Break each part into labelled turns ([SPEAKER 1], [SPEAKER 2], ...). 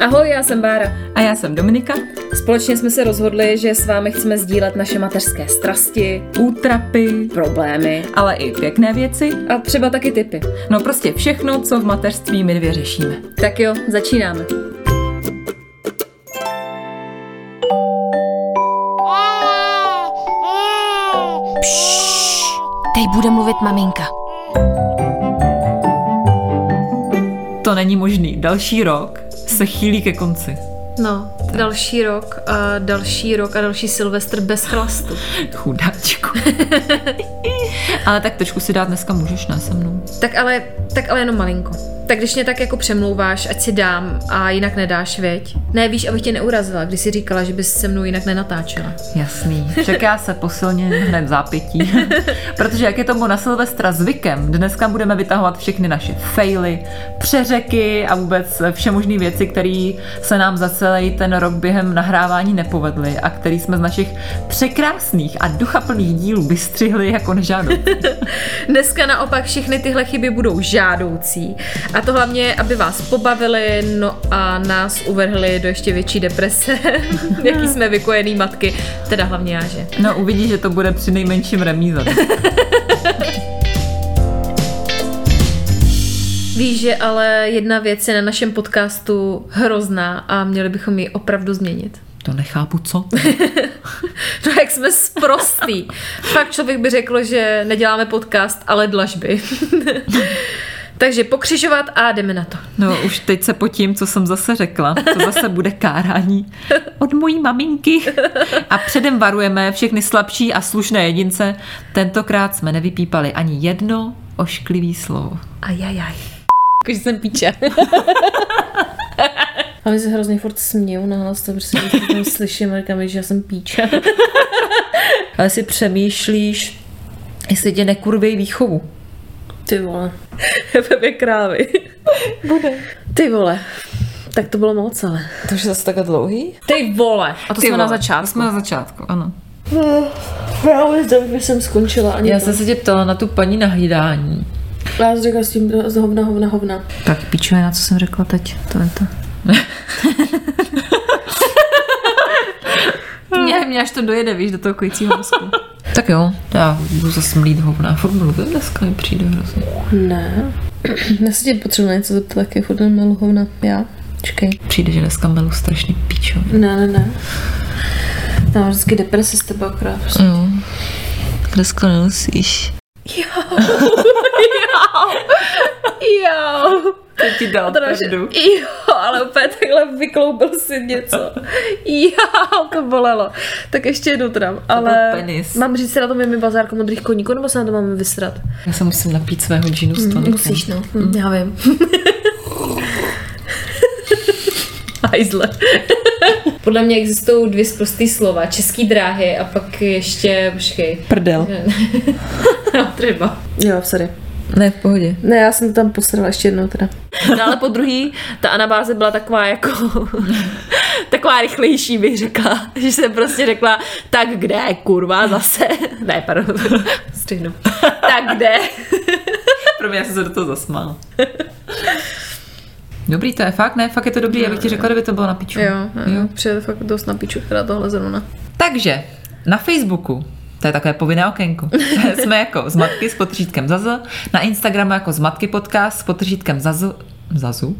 [SPEAKER 1] Ahoj, já jsem Bára.
[SPEAKER 2] A já jsem Dominika.
[SPEAKER 1] Společně jsme se rozhodli, že s vámi chceme sdílet naše mateřské strasti,
[SPEAKER 2] Útrapy,
[SPEAKER 1] problémy
[SPEAKER 2] ale i pěkné věci.
[SPEAKER 1] a třeba taky typy.
[SPEAKER 2] No prostě všechno, co v mateřství my dvě řešíme.
[SPEAKER 1] Tak jo, začínáme.
[SPEAKER 3] Teď bude mluvit maminka.
[SPEAKER 2] To není možný. Další rok se chýlí ke konci.
[SPEAKER 4] No, další rok a další rok a další Silvestr bez chlastu.
[SPEAKER 2] Chudáčku. ale tak trošku si dát dneska můžeš, ne se mnou.
[SPEAKER 4] Tak ale, tak ale jenom malinko. Tak když mě tak jako přemlouváš, ať si dám a jinak nedáš, věď? Ne, víš, abych tě neurazila, když jsi říkala, že bys se mnou jinak nenatáčela.
[SPEAKER 2] Jasný. Čeká se posilně hned v zápětí. Protože jak je tomu na Silvestra zvykem, dneska budeme vytahovat všechny naše faily, přeřeky a vůbec všemožné věci, které se nám za celý ten rok během nahrávání nepovedly a které jsme z našich překrásných a duchaplných dílů vystřihli jako nežádou.
[SPEAKER 4] Dneska naopak všechny tyhle chyby budou žádoucí. A to hlavně, aby vás pobavili, no a nás uvrhli do ještě větší deprese, jaký jsme vykojený matky. Teda hlavně já, že?
[SPEAKER 2] No uvidí, že to bude při nejmenším remíza.
[SPEAKER 4] Víš, že ale jedna věc je na našem podcastu hrozná a měli bychom ji opravdu změnit.
[SPEAKER 2] To nechápu, co?
[SPEAKER 4] No jak jsme sprostý. Fakt člověk by řekl, že neděláme podcast, ale dlažby. Takže pokřižovat a jdeme na to.
[SPEAKER 2] No už teď se po tím, co jsem zase řekla, to zase bude kárání od mojí maminky. A předem varujeme všechny slabší a slušné jedince. Tentokrát jsme nevypípali ani jedno ošklivý slovo.
[SPEAKER 4] Ajajaj. Jakože jsem píče. A my se hrozně furt směju na hlas, to prostě tam slyším a říkám, že já jsem píče.
[SPEAKER 2] Ale si přemýšlíš, jestli tě nekurvej výchovu.
[SPEAKER 1] Ty vole. Pepe krávy. Bude. Ty vole. Tak to bylo moc, ale.
[SPEAKER 2] To už je zase tak dlouhý?
[SPEAKER 4] Ty vole. A to Ty jsme vole. na začátku.
[SPEAKER 2] Jsme na začátku, ano.
[SPEAKER 1] No, Já už tam jsem skončila ani.
[SPEAKER 2] Já jsem se tě ptala na tu paní na hlídání.
[SPEAKER 1] Já jsem řekla s tím z hovna, hovna, hovna.
[SPEAKER 4] Tak píčuje, na co jsem řekla teď. To je to. mě, mě až to dojede, víš, do toho kojícího mozku.
[SPEAKER 2] Tak jo, já budu zase mlít hovna. Furt mluvím dneska, mi přijde hrozně.
[SPEAKER 1] Ne. Já se tě potřebuji na něco zeptat, jak je furt jen melu hovna. Já? Čekej.
[SPEAKER 2] Přijde, že dneska melu strašný píčovi.
[SPEAKER 1] Ne, ne, ne. Tam vždycky deprese s tebou akorát. Prostě.
[SPEAKER 2] Jo. Dneska nemusíš.
[SPEAKER 1] Jo.
[SPEAKER 2] To ti dal
[SPEAKER 1] Troši- Jo, ale úplně takhle vykloubil si něco. Jo, to bolelo. Tak ještě jednou teda. Ale
[SPEAKER 2] penis.
[SPEAKER 1] mám říct, se na tom je mi bazárka modrých koníků, nebo se na to máme vysrat?
[SPEAKER 2] Já se musím napít svého džinu z toniku.
[SPEAKER 1] Musíš, no. Mm. Já vím. Hajzle.
[SPEAKER 4] Podle mě existují dvě sprostý slova. Český dráhy a pak ještě, počkej,
[SPEAKER 2] Prdel.
[SPEAKER 4] no, třeba.
[SPEAKER 1] Jo, sorry.
[SPEAKER 2] Ne, v pohodě.
[SPEAKER 1] Ne, já jsem to tam posrala ještě jednou teda.
[SPEAKER 4] No ale po druhý, ta anabáze byla taková jako... taková rychlejší bych řekla, že jsem prostě řekla, tak kde, kurva, zase, ne, pardon, střihnu, tak kde,
[SPEAKER 2] Pro mě já jsem se do toho zasmál. Dobrý, to je fakt, ne, fakt je to dobrý, já bych ti řekla, kdyby to bylo na piču. jo.
[SPEAKER 1] přijde fakt dost na piču teda tohle zrovna.
[SPEAKER 2] Takže, na Facebooku, to je takové povinné okénko. Jsme jako z matky s potržítkem Zazu, na Instagramu jako z matky podcast s potržítkem Zazu, Zazu?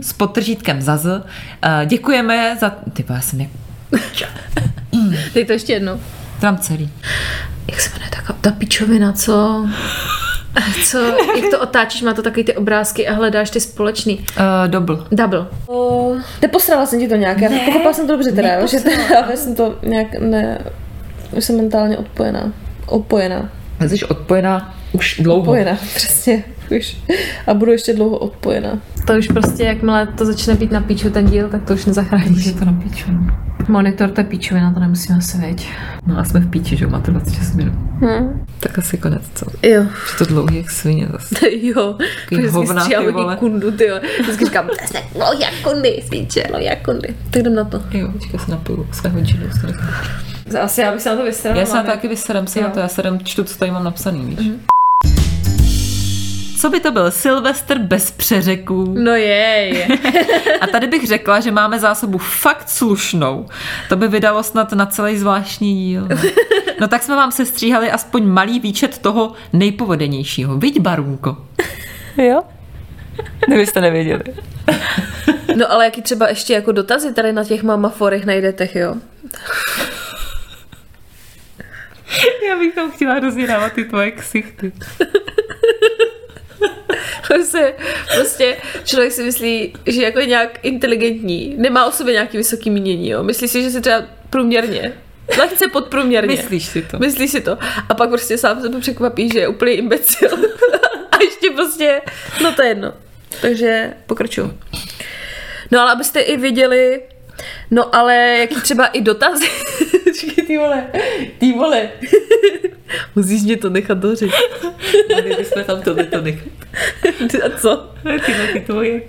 [SPEAKER 2] S potržítkem Zazu. Eh, Děkujeme za... Ty vole, já jsem jak...
[SPEAKER 1] Dej to ještě jednou.
[SPEAKER 2] To mám celý.
[SPEAKER 4] jak se jmenuje ta, ta pičovina, co... Co, jak to otáčíš, má to takový ty obrázky a hledáš ty společný.
[SPEAKER 2] Uh, dobl.
[SPEAKER 4] Double.
[SPEAKER 1] O, neposrala jsem ti to nějak, já ne, pochopila jsem to dobře teda, jo, že teda, ale jsem to nějak ne, už jsem mentálně odpojená. Odpojená.
[SPEAKER 2] Jsi odpojená už dlouho.
[SPEAKER 1] Odpojená, přesně. Už. A budu ještě dlouho odpojená.
[SPEAKER 4] To už prostě, jakmile to začne být na píču ten díl, tak to už nezachráníš.
[SPEAKER 2] to na píču.
[SPEAKER 4] Monitor to je píčovina, to nemusíme asi vědět.
[SPEAKER 2] No a jsme v píči, že jo, máte 26 minut.
[SPEAKER 1] Hm.
[SPEAKER 2] Tak asi konec, co?
[SPEAKER 1] Jo.
[SPEAKER 2] Je to dlouhý jak svině zase.
[SPEAKER 4] jo,
[SPEAKER 2] Takový hovna, ty vole.
[SPEAKER 4] kundu, ty jo. Vždycky říkám,
[SPEAKER 1] No jak kondy, spíče, no jak kondy. Tak jdem na to.
[SPEAKER 2] Jo, počkej, se napiju svého džinu. se nechám.
[SPEAKER 4] asi já bych se na to vystrala.
[SPEAKER 2] Já se na to taky vyserem, se na
[SPEAKER 4] Jo.
[SPEAKER 5] Mhm.
[SPEAKER 2] to, já serem čtu, co tady mám napsaný, víš. Co by to byl Silvestr bez přeřeků?
[SPEAKER 5] No jej.
[SPEAKER 2] A tady bych řekla, že máme zásobu fakt slušnou. To by vydalo snad na celý zvláštní díl. No tak jsme vám sestříhali aspoň malý výčet toho nejpovedenějšího. Viď, Barunko?
[SPEAKER 1] Jo?
[SPEAKER 2] Kdybyste nevěděli.
[SPEAKER 5] No ale jaký třeba ještě jako dotazy tady na těch mamaforech najdete, jo?
[SPEAKER 2] Já bych tam chtěla hrozně dávat ty tvoje ksichty.
[SPEAKER 5] Prostě, prostě člověk si myslí, že jako je nějak inteligentní, nemá o sobě nějaký vysoký mínění, jo? Myslí si, že si třeba průměrně, lehce podprůměrně.
[SPEAKER 2] Myslíš si to?
[SPEAKER 5] Myslí si to. A pak prostě sám sebe překvapí, že je úplně imbecil. A ještě prostě, no to je jedno. Takže pokračuju. No ale abyste i viděli, no ale jaký třeba i dotazy. Čekaj, ty vole, ty vole. Musíš mě to nechat dořit.
[SPEAKER 2] Kdybychom No, tam tohle to nechat.
[SPEAKER 5] A co?
[SPEAKER 4] no,
[SPEAKER 2] Tyhle ty tvoje.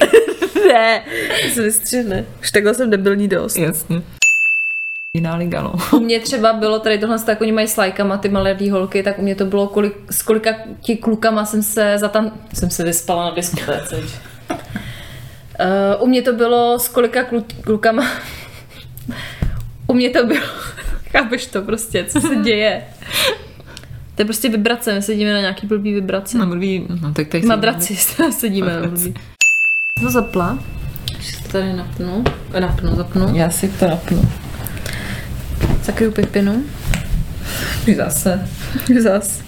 [SPEAKER 5] Ne, to se vystřihne. Už takhle jsem debilní dost.
[SPEAKER 2] Jasně. Jiná liga, no.
[SPEAKER 4] U mě třeba bylo tady tohle, tak oni mají s lajkama ty malé holky, tak u mě to bylo, kolik, s kolika ti klukama jsem se za tam, jsem se vyspala na diskotéce. že? uh, u mě to bylo s kolika klu, klukama, u mě to bylo, chápeš to prostě, co se děje. To je prostě vibrace, my sedíme na nějaký blbý vibrace.
[SPEAKER 2] No, mluví, no tak teď...
[SPEAKER 4] Madraci sedíme na blbý. No zapla. Ještě to Tady napnu, Eh, napnu, zapnu.
[SPEAKER 2] Já si to napnu.
[SPEAKER 5] Zakryju pipinu.
[SPEAKER 2] Zase.
[SPEAKER 5] Zas.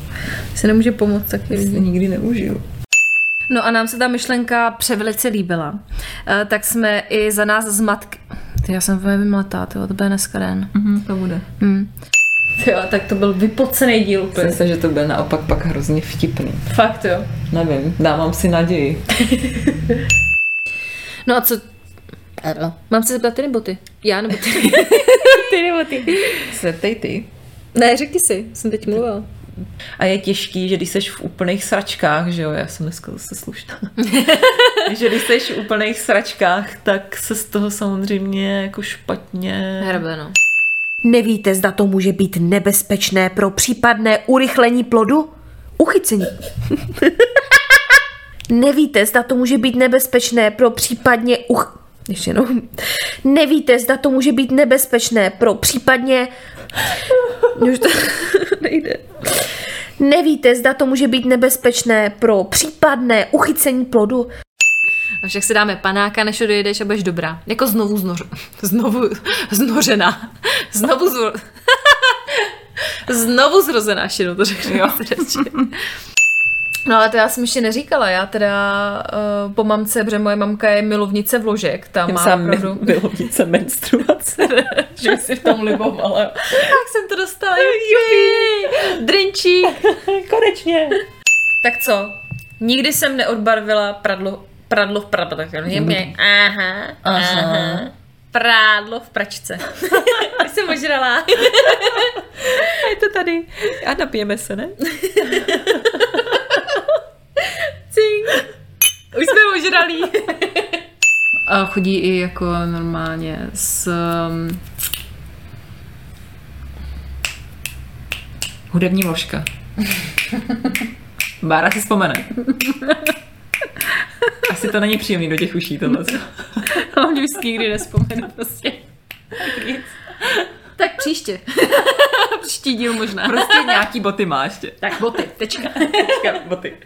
[SPEAKER 5] Se nemůže pomoct taky lidi.
[SPEAKER 2] Nikdy neužiju.
[SPEAKER 4] No a nám se ta myšlenka převelice líbila. Eh, Tak jsme i za nás z matky... Ty, já jsem velmi mlatá, tyjo, to bude dneska den. Mm.
[SPEAKER 2] Mhm, to bude.
[SPEAKER 4] Jo, tak to byl vypocený díl úplně.
[SPEAKER 2] Myslím se, že to bude naopak pak hrozně vtipný.
[SPEAKER 4] Fakt jo.
[SPEAKER 2] Nevím, dávám si naději.
[SPEAKER 4] No a co... Mám se zeptat ty nebo ty? Já nebo ty? ty nebo ty?
[SPEAKER 2] Zeptej ty.
[SPEAKER 4] Ne, řekni si, jsem teď mluvila.
[SPEAKER 2] A je těžký, že když jsi v úplných sračkách, že jo, já jsem dneska zase slušná, že když jsi v úplných sračkách, tak se z toho samozřejmě jako špatně...
[SPEAKER 4] Hrabe, no.
[SPEAKER 6] Nevíte, zda to může být nebezpečné pro případné urychlení plodu? Uchycení. Nevíte, zda to může být nebezpečné pro případně uch... Ještě jednou. Nevíte, zda to může být nebezpečné pro případně... Už to nejde. Nevíte, zda to může být nebezpečné pro případné uchycení plodu.
[SPEAKER 4] A však si dáme panáka, než dojedeš a budeš dobrá. Jako znovu znoř... Znovu znořená. Znovu zro... Znovu zrozená, ještě jednou to řeknu. Jo. No ale to já jsem ještě neříkala, já teda uh, po mamce, protože moje mamka je milovnice vložek, ta má opravdu...
[SPEAKER 2] bylo více menstruace.
[SPEAKER 4] že by si v tom libovala. tak jsem to dostala, jupi, drinčík.
[SPEAKER 2] Konečně.
[SPEAKER 4] Tak co, nikdy jsem neodbarvila pradlo, pradlo v pradlo, tak mě, mě, aha, aha, aha, prádlo v pračce. Už jsem ožrala.
[SPEAKER 2] Je to tady. A napijeme se, ne?
[SPEAKER 4] Cink. Už jsme ožralí. A chodí i jako normálně s um,
[SPEAKER 2] Hudební vložka. Bára si vzpomene. Asi to není příjemný do těch uší tohle.
[SPEAKER 4] No, mě už si nikdy nespomenu prostě. Tak příště. Příští díl možná.
[SPEAKER 2] Prostě nějaký boty máš ještě.
[SPEAKER 4] Tak boty, tečka.
[SPEAKER 2] Teďka boty.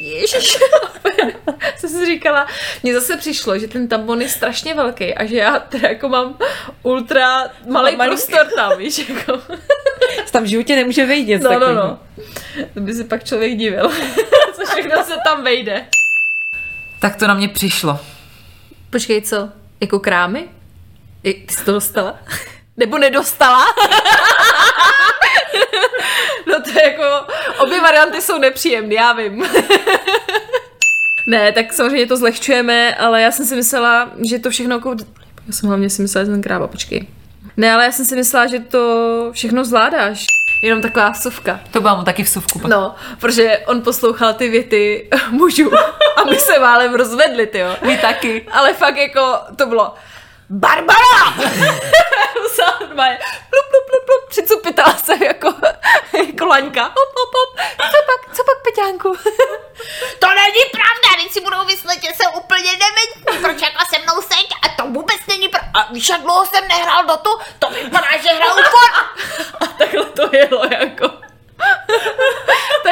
[SPEAKER 4] Ježiš. jsem si říkala, mně zase přišlo, že ten tampon je strašně velký a že já teda jako mám ultra malý
[SPEAKER 2] malý-
[SPEAKER 4] prostor tam, víš, jako.
[SPEAKER 2] Tam v životě nemůže vejdět.
[SPEAKER 4] No, no, no. To by se pak člověk divil, co všechno se tam vejde.
[SPEAKER 2] Tak to na mě přišlo.
[SPEAKER 4] Počkej, co? Jako krámy? I- Ty jsi to dostala? Nebo nedostala? no to je jako, obě varianty jsou nepříjemné, já vím.
[SPEAKER 5] Ne, tak samozřejmě to zlehčujeme, ale já jsem si myslela, že to všechno jako... Já jsem hlavně si myslela, že jsem kráva, počkej. Ne, ale já jsem si myslela, že to všechno zvládáš.
[SPEAKER 4] Jenom taková suvka.
[SPEAKER 2] To byla mu taky v suvku. pak.
[SPEAKER 5] No, protože on poslouchal ty věty mužů a my se málem rozvedli, ty jo.
[SPEAKER 2] My taky.
[SPEAKER 5] Ale fakt jako to bylo Barbara!
[SPEAKER 4] Rusá normálně plup, plup, plup, plup, přicupitala se jako, jako laňka. Hop, hop, hop. Co pak, co pak, Peťánku?
[SPEAKER 7] To není pravda, teď si budou myslet, že jsem úplně dementní, proč jakla se mnou seď a to vůbec není pravda. A víš, jak dlouho jsem nehrál Dotu, to vypadá, že hraju kor.
[SPEAKER 4] Takhle to jelo jako.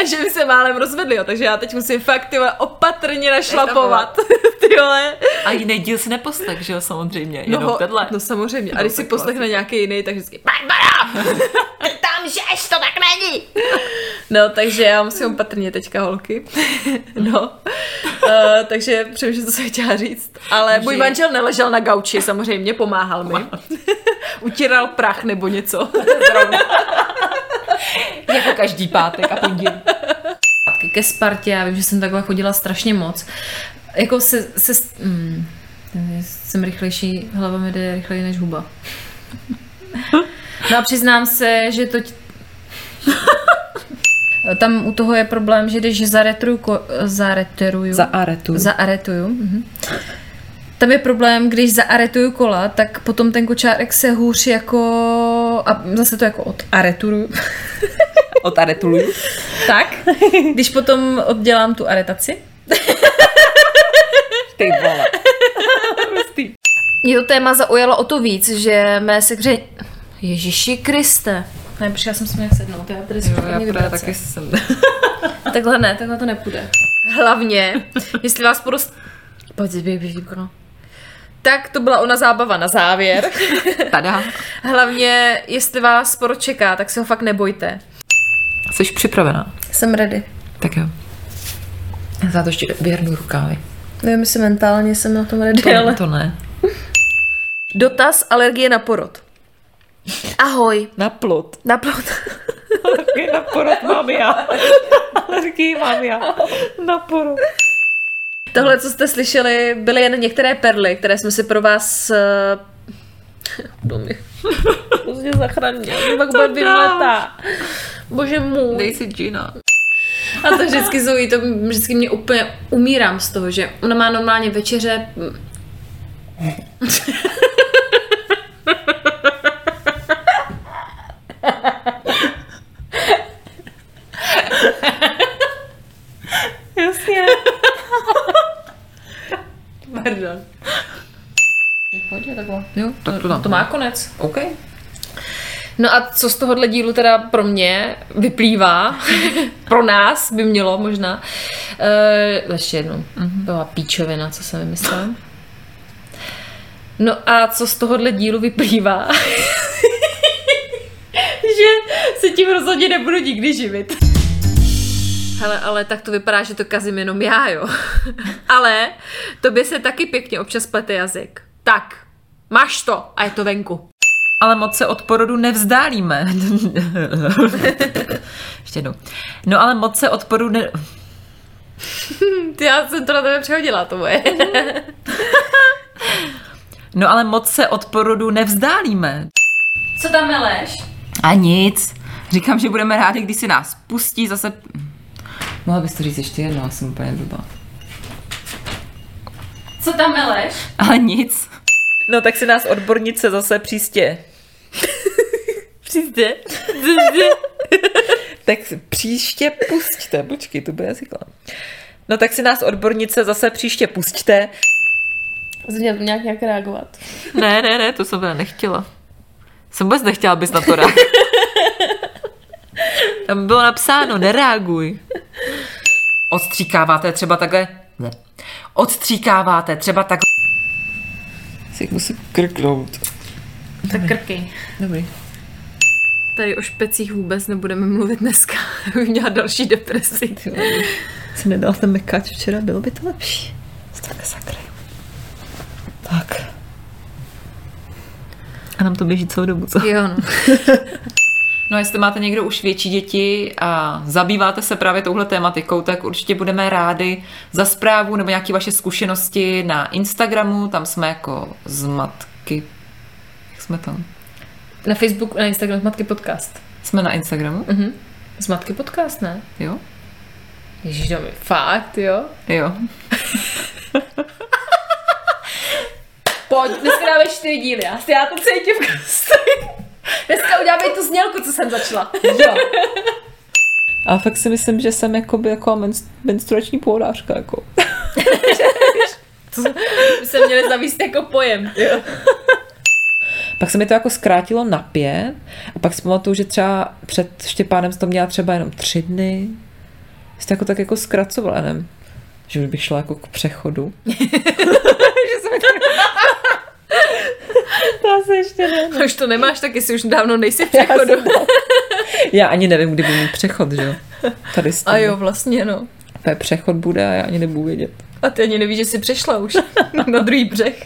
[SPEAKER 4] takže my se málem rozvedli, jo, takže já teď musím fakt ty vole, opatrně našlapovat. ty vole.
[SPEAKER 2] A jiný díl si neposlech, že jo, samozřejmě,
[SPEAKER 4] No,
[SPEAKER 2] jenom no,
[SPEAKER 4] ho-
[SPEAKER 2] tenhle.
[SPEAKER 4] no samozřejmě. A
[SPEAKER 2] No,
[SPEAKER 4] když si
[SPEAKER 2] tak
[SPEAKER 4] poslechne
[SPEAKER 2] klasika.
[SPEAKER 4] nějaký jiný, tak vždycky
[SPEAKER 7] Barbara, ty tam žeš, to tak není.
[SPEAKER 4] No, takže já musím opatrně teďka, holky. No. Uh, takže přemýšlím, co jsem chtěla říct. Ale můj manžel neležel na gauči, samozřejmě, pomáhal mi. Utíral prach nebo něco.
[SPEAKER 2] Jako každý pátek a pondělí.
[SPEAKER 4] zpátky ke Spartě, já vím, že jsem takhle chodila strašně moc. Jako se... se mm, jsem rychlejší, hlava mi jde rychleji než huba. No a přiznám se, že to... T... Tam u toho je problém, že když zaretruju... ko- Zaretruju.
[SPEAKER 2] aretu.
[SPEAKER 4] Zaaretuju. Mhm. Tam je problém, když zaaretuju kola, tak potom ten kočárek se hůř jako... A zase to jako odaretuju.
[SPEAKER 2] Od aretuluju.
[SPEAKER 4] tak, když potom oddělám tu aretaci,
[SPEAKER 2] Ty vole.
[SPEAKER 4] Mě to téma zaujalo o to víc, že mé sekře... Ježiši Kriste. Ne, počkej, já jsem si měla sednout, já tady jsem špatně vibrace. Taky...
[SPEAKER 2] jsem...
[SPEAKER 4] Takhle ne, takhle to nepůjde. Hlavně, jestli vás porost... Pojď, zběh, běh, díko. Tak to byla ona zábava na závěr.
[SPEAKER 2] Tada.
[SPEAKER 4] Hlavně, jestli vás sporo čeká, tak se ho fakt nebojte.
[SPEAKER 2] Jsi připravená?
[SPEAKER 1] Jsem ready.
[SPEAKER 2] Tak jo. Já za to ještě vyhrnu rukávy.
[SPEAKER 1] Nevím, jestli mentálně jsem na tom ready,
[SPEAKER 2] To,
[SPEAKER 1] ale...
[SPEAKER 2] to ne.
[SPEAKER 6] Dotaz alergie na porod. Ahoj,
[SPEAKER 2] Na plot.
[SPEAKER 6] na plot.
[SPEAKER 2] Alergii na porod mám já. Alergii mám já. Na porod.
[SPEAKER 4] Tohle, co jste slyšeli, byly jen některé perly, které jsme si pro vás... Uh... Domy.
[SPEAKER 2] Prostě
[SPEAKER 1] Pozdě zachraňuje. Pak bude dvě leta. Bože můj.
[SPEAKER 2] Dej si Gina.
[SPEAKER 4] A to vždycky jsou, jí to vždycky mě úplně umírám z toho, že ona má normálně večeře... mm.
[SPEAKER 2] Jo, tak to tam.
[SPEAKER 4] To má konec.
[SPEAKER 2] OK.
[SPEAKER 4] No a co z tohohle dílu teda pro mě vyplývá, pro nás by mělo možná, uh, ještě jednou, mm-hmm. byla píčovina, co jsem vymyslela. No a co z tohohle dílu vyplývá, že se tím rozhodně nebudu nikdy živit. Hele, ale tak to vypadá, že to kazím jenom já, jo. ale tobě se taky pěkně občas plete jazyk. Tak, máš to a je to venku.
[SPEAKER 2] Ale moc se od porodu nevzdálíme. ještě jednou. No ale moc se od porodu ne...
[SPEAKER 4] Ty, já jsem to na tebe přehodila, to moje.
[SPEAKER 2] No ale moc se od porodu nevzdálíme.
[SPEAKER 4] Co tam meleš?
[SPEAKER 2] A nic. Říkám, že budeme rádi, když si nás pustí zase... Mohla bys to říct ještě jednou, já jsem úplně blbá.
[SPEAKER 4] Co tam meleš?
[SPEAKER 2] Ale nic. No tak si nás odbornice zase příště. příště? tak příště pustíte, počkej, to bude jazyklá. No tak si nás odbornice zase příště pustíte.
[SPEAKER 1] Změl nějak, nějak reagovat.
[SPEAKER 2] Ne, ne, ne, to jsem teda nechtěla. Jsem vůbec nechtěla, abys na to reagovala. Tam bylo napsáno, nereaguj. Odstříkáváte třeba takhle? Ne. Odstříkáváte třeba takhle? Si musím krknout.
[SPEAKER 4] Tak krky.
[SPEAKER 2] Dobrý.
[SPEAKER 4] Tady o špecích vůbec nebudeme mluvit dneska. Už měla další depresi.
[SPEAKER 2] Jsem nedala ten mekač včera, bylo by to lepší. Tak sakra. Tak. A nám to běží celou dobu, co?
[SPEAKER 4] Jo, no.
[SPEAKER 2] No, jestli máte někdo už větší děti a zabýváte se právě touhle tématikou, tak určitě budeme rádi za zprávu nebo nějaké vaše zkušenosti na Instagramu, tam jsme jako z matky. Jak jsme tam?
[SPEAKER 4] Na Facebooku, na Instagramu z Matky Podcast.
[SPEAKER 2] Jsme na Instagramu,
[SPEAKER 4] Z Matky Podcast, ne?
[SPEAKER 2] jo?
[SPEAKER 4] Ježíš, no, to mi fakt, jo?
[SPEAKER 2] Jo.
[SPEAKER 4] Pojď, dneska dáme čtyři díly, já, já to cítím v krsti. Dneska uděláme tu znělku, co jsem začala.
[SPEAKER 2] Jo. A fakt si myslím, že jsem jakoby jako menstru- menstruační původářka. Jako.
[SPEAKER 4] My se měli zavíst jako pojem.
[SPEAKER 2] Pak se mi to jako zkrátilo na pět a pak si pamatuju, že třeba před Štěpánem jsem to měla třeba jenom tři dny. Jsi to jako tak jako zkracovala, nevím. Že už bych šla jako k přechodu.
[SPEAKER 5] Už to nemáš, tak jestli už dávno nejsi v přechodu.
[SPEAKER 2] Jako Já ani nevím, kdy budu mít přechod, že jo. Tady s tím.
[SPEAKER 5] A jo, vlastně no.
[SPEAKER 2] To je přechod bude a já ani nebudu vědět.
[SPEAKER 5] A ty ani nevíš, že jsi přešla už na druhý břeh.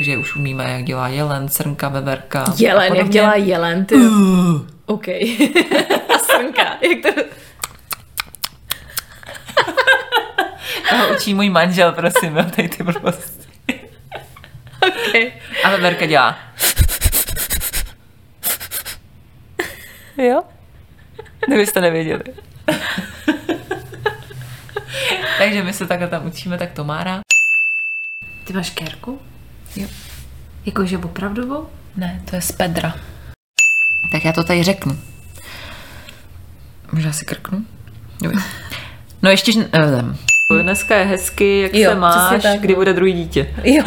[SPEAKER 2] Že už umíme, jak dělá jelen, srnka, veverka.
[SPEAKER 4] Jelen, jak dělá jelen, ty. OK. A srnka, jak to...
[SPEAKER 2] Toho učí můj manžel, prosím, jo, tady ty blbosti.
[SPEAKER 4] Okay.
[SPEAKER 2] A veverka dělá. Jo? Kdybyste nevěděli. Takže my se takhle tam učíme, tak to mára.
[SPEAKER 4] Ty máš kérku?
[SPEAKER 2] Jo.
[SPEAKER 4] Jakože opravdovou?
[SPEAKER 2] Ne, to je z Pedra. Tak já to tady řeknu. Možná si krknu? Dobrý. No ještě... že- ehm. Dneska je hezky, jak jo, se máš, tak, kdy bude druhý dítě. Jo.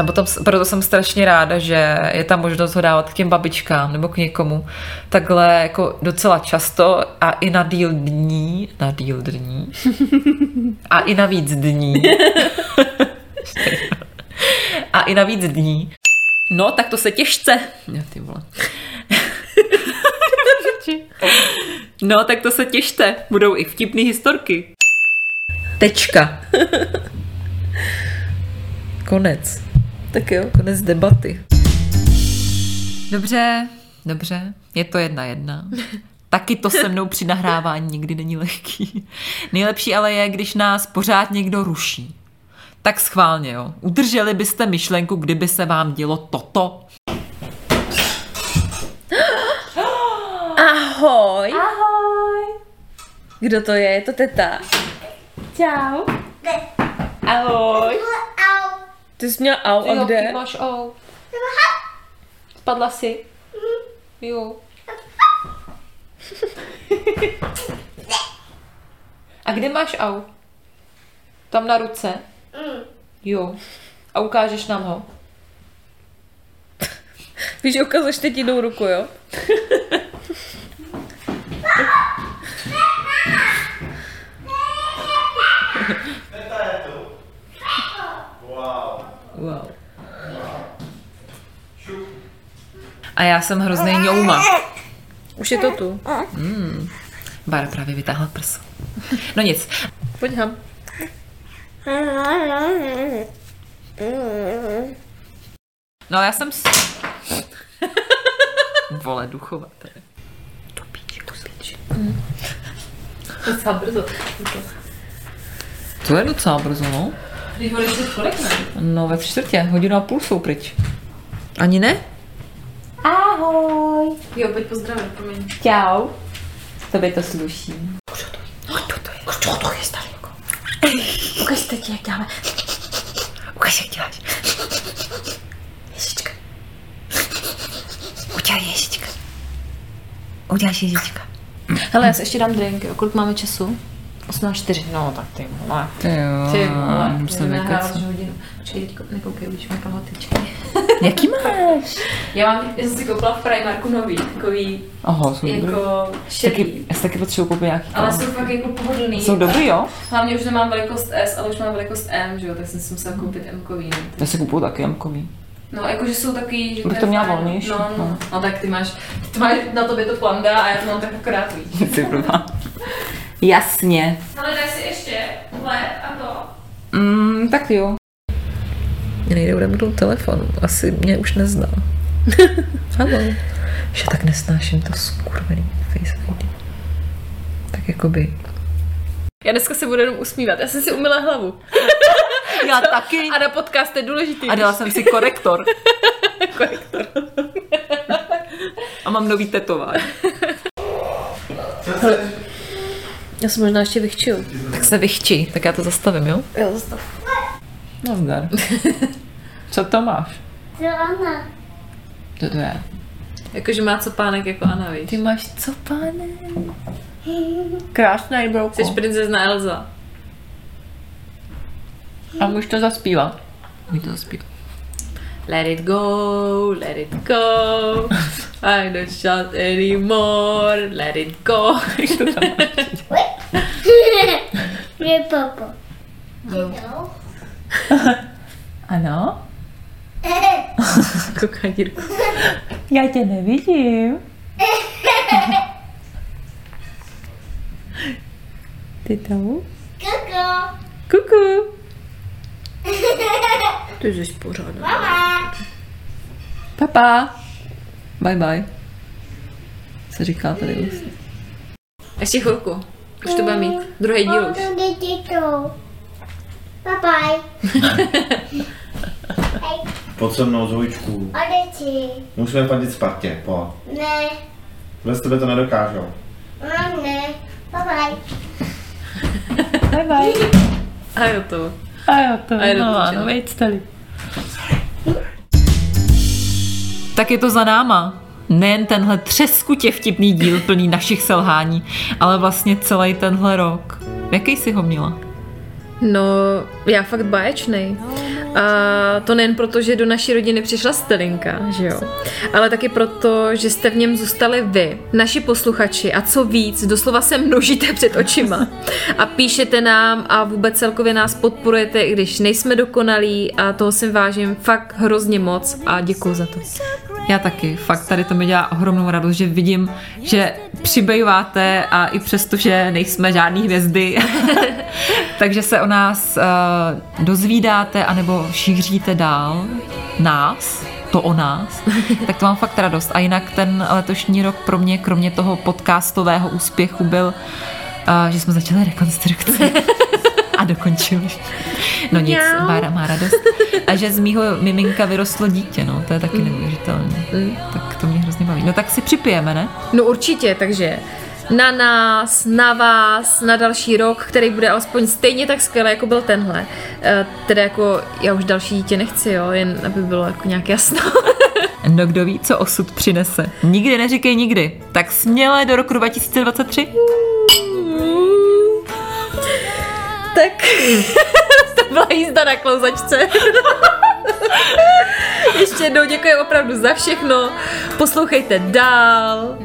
[SPEAKER 2] A potom, s- proto jsem strašně ráda, že je tam možnost ho dávat k těm babičkám nebo k někomu. Takhle jako docela často a i na díl dní, na díl dní a i na víc dní. A i navíc dní. No, tak to se těžce. Jo, ty vole. no, tak to se těžte. Budou i vtipné historky. Tečka. Konec. Tak jo, konec debaty. Dobře, dobře. Je to jedna jedna. Taky to se mnou při nahrávání nikdy není lehký. Nejlepší ale je, když nás pořád někdo ruší. Tak schválně, jo. Udrželi byste myšlenku, kdyby se vám dělo toto?
[SPEAKER 6] Ahoj. Ahoj. Kdo to je? Je to teta. Čau. Ahoj.
[SPEAKER 1] Ty jsi měl au a kde?
[SPEAKER 4] máš ou. Spadla si. Jo. A kde máš au? Tam na ruce? Jo. A ukážeš nám ho?
[SPEAKER 1] Víš, ukazuješ teď jinou ruku, jo?
[SPEAKER 2] A já jsem hrozný ňouma.
[SPEAKER 1] Už je to tu.
[SPEAKER 2] Bára právě vytáhla prsa. No nic.
[SPEAKER 1] Pojď ham.
[SPEAKER 2] No ale já jsem... S... Vole, duchova tady.
[SPEAKER 4] Docela brzo.
[SPEAKER 2] To je docela brzo, no.
[SPEAKER 4] Když budeš teď kolik ne?
[SPEAKER 2] No ve čtvrtě, hodinu a půl jsou pryč. Ani ne?
[SPEAKER 4] Jo, pojď pozdravit, promiň.
[SPEAKER 2] Čau. Tobě to sluší.
[SPEAKER 6] Ukažte ti, jak děláme.
[SPEAKER 2] Ukaž, jak děláš.
[SPEAKER 6] Ježička.
[SPEAKER 2] Udělej ježička. Uděláš ježička.
[SPEAKER 4] Hele, já si ještě dám drink, jo. Kolik máme času? 18.4, no tak ty vole.
[SPEAKER 2] Ty jo,
[SPEAKER 4] Ty vole,
[SPEAKER 2] musím vykecat.
[SPEAKER 4] hodinu. Počkej, teďko, nekoukej, už mi kalhotičky.
[SPEAKER 2] Jaký máš?
[SPEAKER 4] Já mám, já jsem si koupila v Primarku nový, takový
[SPEAKER 2] Aha, jsou dobrý.
[SPEAKER 4] jako šedý.
[SPEAKER 2] Taky, já si taky potřebuji koupit nějaký
[SPEAKER 4] Ale
[SPEAKER 2] kalhot.
[SPEAKER 4] jsou fakt jako pohodlný.
[SPEAKER 2] Jsou dobrý, jo?
[SPEAKER 4] Hlavně už nemám velikost S, ale už mám velikost M, že jo, tak jsem si musela
[SPEAKER 2] Mhm.
[SPEAKER 4] koupit M kový.
[SPEAKER 2] Já si kupuju taky jamkový.
[SPEAKER 4] No, jakože jsou takový, že
[SPEAKER 2] Bych
[SPEAKER 4] je
[SPEAKER 2] to měla
[SPEAKER 4] fajn.
[SPEAKER 2] volnější,
[SPEAKER 4] No,
[SPEAKER 2] no.
[SPEAKER 4] no, no, tak ty máš, ty máš na tobě to planda a já to mám tak akorát víc.
[SPEAKER 2] Ty blbá. Jasně.
[SPEAKER 4] Ale daj si ještě led a to.
[SPEAKER 2] Mm, tak jo. Mě nejde odemknout telefon. Asi mě už nezná. Halo. Že tak nesnáším to skurvený Face ID. Tak jakoby...
[SPEAKER 5] Já dneska se budu jenom usmívat. Já jsem si umila hlavu.
[SPEAKER 2] Já taky.
[SPEAKER 5] A na podcast je důležitý.
[SPEAKER 2] A dala jsem si korektor. korektor. A mám nový tetování.
[SPEAKER 1] Já se možná ještě vychčil.
[SPEAKER 2] Tak se vychčí, tak já to zastavím, jo?
[SPEAKER 1] Jo, zastav.
[SPEAKER 2] Nazdar. Co to máš?
[SPEAKER 7] Co ona?
[SPEAKER 2] To to je.
[SPEAKER 4] Jakože má copánek jako Anna, víš?
[SPEAKER 2] Ty máš co, pane? Krásné, brouko.
[SPEAKER 4] Jsi princezna Elza.
[SPEAKER 2] A můžeš to zaspívat? Můžu to zaspívat.
[SPEAKER 4] Let it go, let it go. I don't shout anymore, let it go.
[SPEAKER 7] Kde popo? Dědo?
[SPEAKER 2] Ano?
[SPEAKER 4] Kouká Jirku.
[SPEAKER 2] Já tě nevidím. Ty tam?
[SPEAKER 7] Koko.
[SPEAKER 4] Kuku.
[SPEAKER 8] Ty jsi pořád.
[SPEAKER 7] Mama.
[SPEAKER 2] Papa. Bye bye. Se říká tady vlastně? už.
[SPEAKER 4] Ještě chvilku. Už to bude mít. Druhý díl už.
[SPEAKER 7] Pomůžu dětičku. Bye bye.
[SPEAKER 9] Pod se mnou dvojčku.
[SPEAKER 7] Odeci.
[SPEAKER 9] Musíme fandit Spartě, po.
[SPEAKER 7] Ne.
[SPEAKER 9] Bez tebe to nedokážou.
[SPEAKER 7] Mám ne. Bye bye.
[SPEAKER 2] Bye bye.
[SPEAKER 4] A jo to.
[SPEAKER 2] A jo, to
[SPEAKER 4] A je
[SPEAKER 2] no,
[SPEAKER 4] dobře.
[SPEAKER 2] ano, vejcteli.
[SPEAKER 10] Tak je to za náma.
[SPEAKER 2] Nejen tenhle třeskutě vtipný díl plný našich selhání, ale vlastně celý tenhle rok. Jaký jsi ho měla?
[SPEAKER 4] No, já fakt báječnej. A to nejen proto, že do naší rodiny přišla Stelinka, že jo, ale taky proto, že jste v něm zůstali vy, naši posluchači a co víc, doslova se množíte před očima a píšete nám a vůbec celkově nás podporujete, i když nejsme dokonalí a toho si vážím fakt hrozně moc a děkuji za to.
[SPEAKER 2] Já taky. Fakt tady to mi dělá ohromnou radost, že vidím, že přibýváte a i přesto, že nejsme žádný hvězdy, takže se o nás uh, dozvídáte anebo šíříte dál nás, to o nás, tak to mám fakt radost. A jinak ten letošní rok pro mě, kromě toho podcastového úspěchu, byl, uh, že jsme začali rekonstrukci. A dokončili. No nic, Bára má radost. A že z mýho miminka vyrostlo dítě, no, to je taky neuvěřitelné. Tak to mě hrozně baví. No tak si připijeme, ne?
[SPEAKER 4] No určitě, takže na nás, na vás, na další rok, který bude alespoň stejně tak skvělý, jako byl tenhle. Eh, Teda jako, já už další dítě nechci, jo, jen aby bylo jako nějak jasno.
[SPEAKER 2] No kdo ví, co osud přinese. Nikdy neříkej nikdy. Tak směle do roku 2023.
[SPEAKER 4] Tak to byla jízda na klouzačce. Ještě jednou děkuji opravdu za všechno. Poslouchejte dál,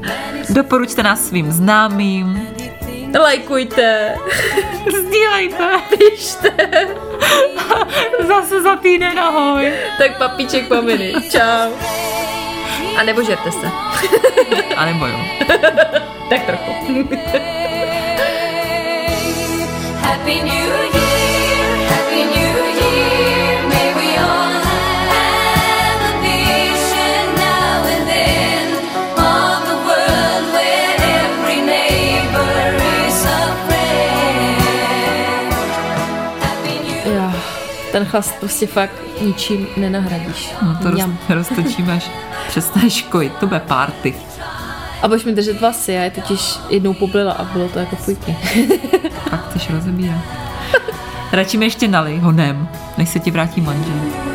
[SPEAKER 2] Doporučte nás svým známým.
[SPEAKER 4] lajkujte,
[SPEAKER 2] Sdílejte.
[SPEAKER 4] pište.
[SPEAKER 2] Zase za týden ahoj.
[SPEAKER 4] Tak papíček pominy. Čau. A nebo žerte se.
[SPEAKER 2] A nebo jo.
[SPEAKER 4] Tak trochu.
[SPEAKER 11] Happy New Year, Happy New Year. May we all have a vision now and then of a world where every neighbor is a friend. Happy New
[SPEAKER 4] Jo,
[SPEAKER 11] Year.
[SPEAKER 4] ten chlast prostě fakt ničím nenahradíš.
[SPEAKER 2] No to roz,
[SPEAKER 4] Mňam.
[SPEAKER 2] roztočíme až přestaneš kojit. To bude party.
[SPEAKER 4] A budeš mi držet vlasy, já je totiž jednou poblila a bylo to jako půjky.
[SPEAKER 2] Pak chceš rozebírat. Radši mi ještě nalej honem, než se ti vrátí manžel.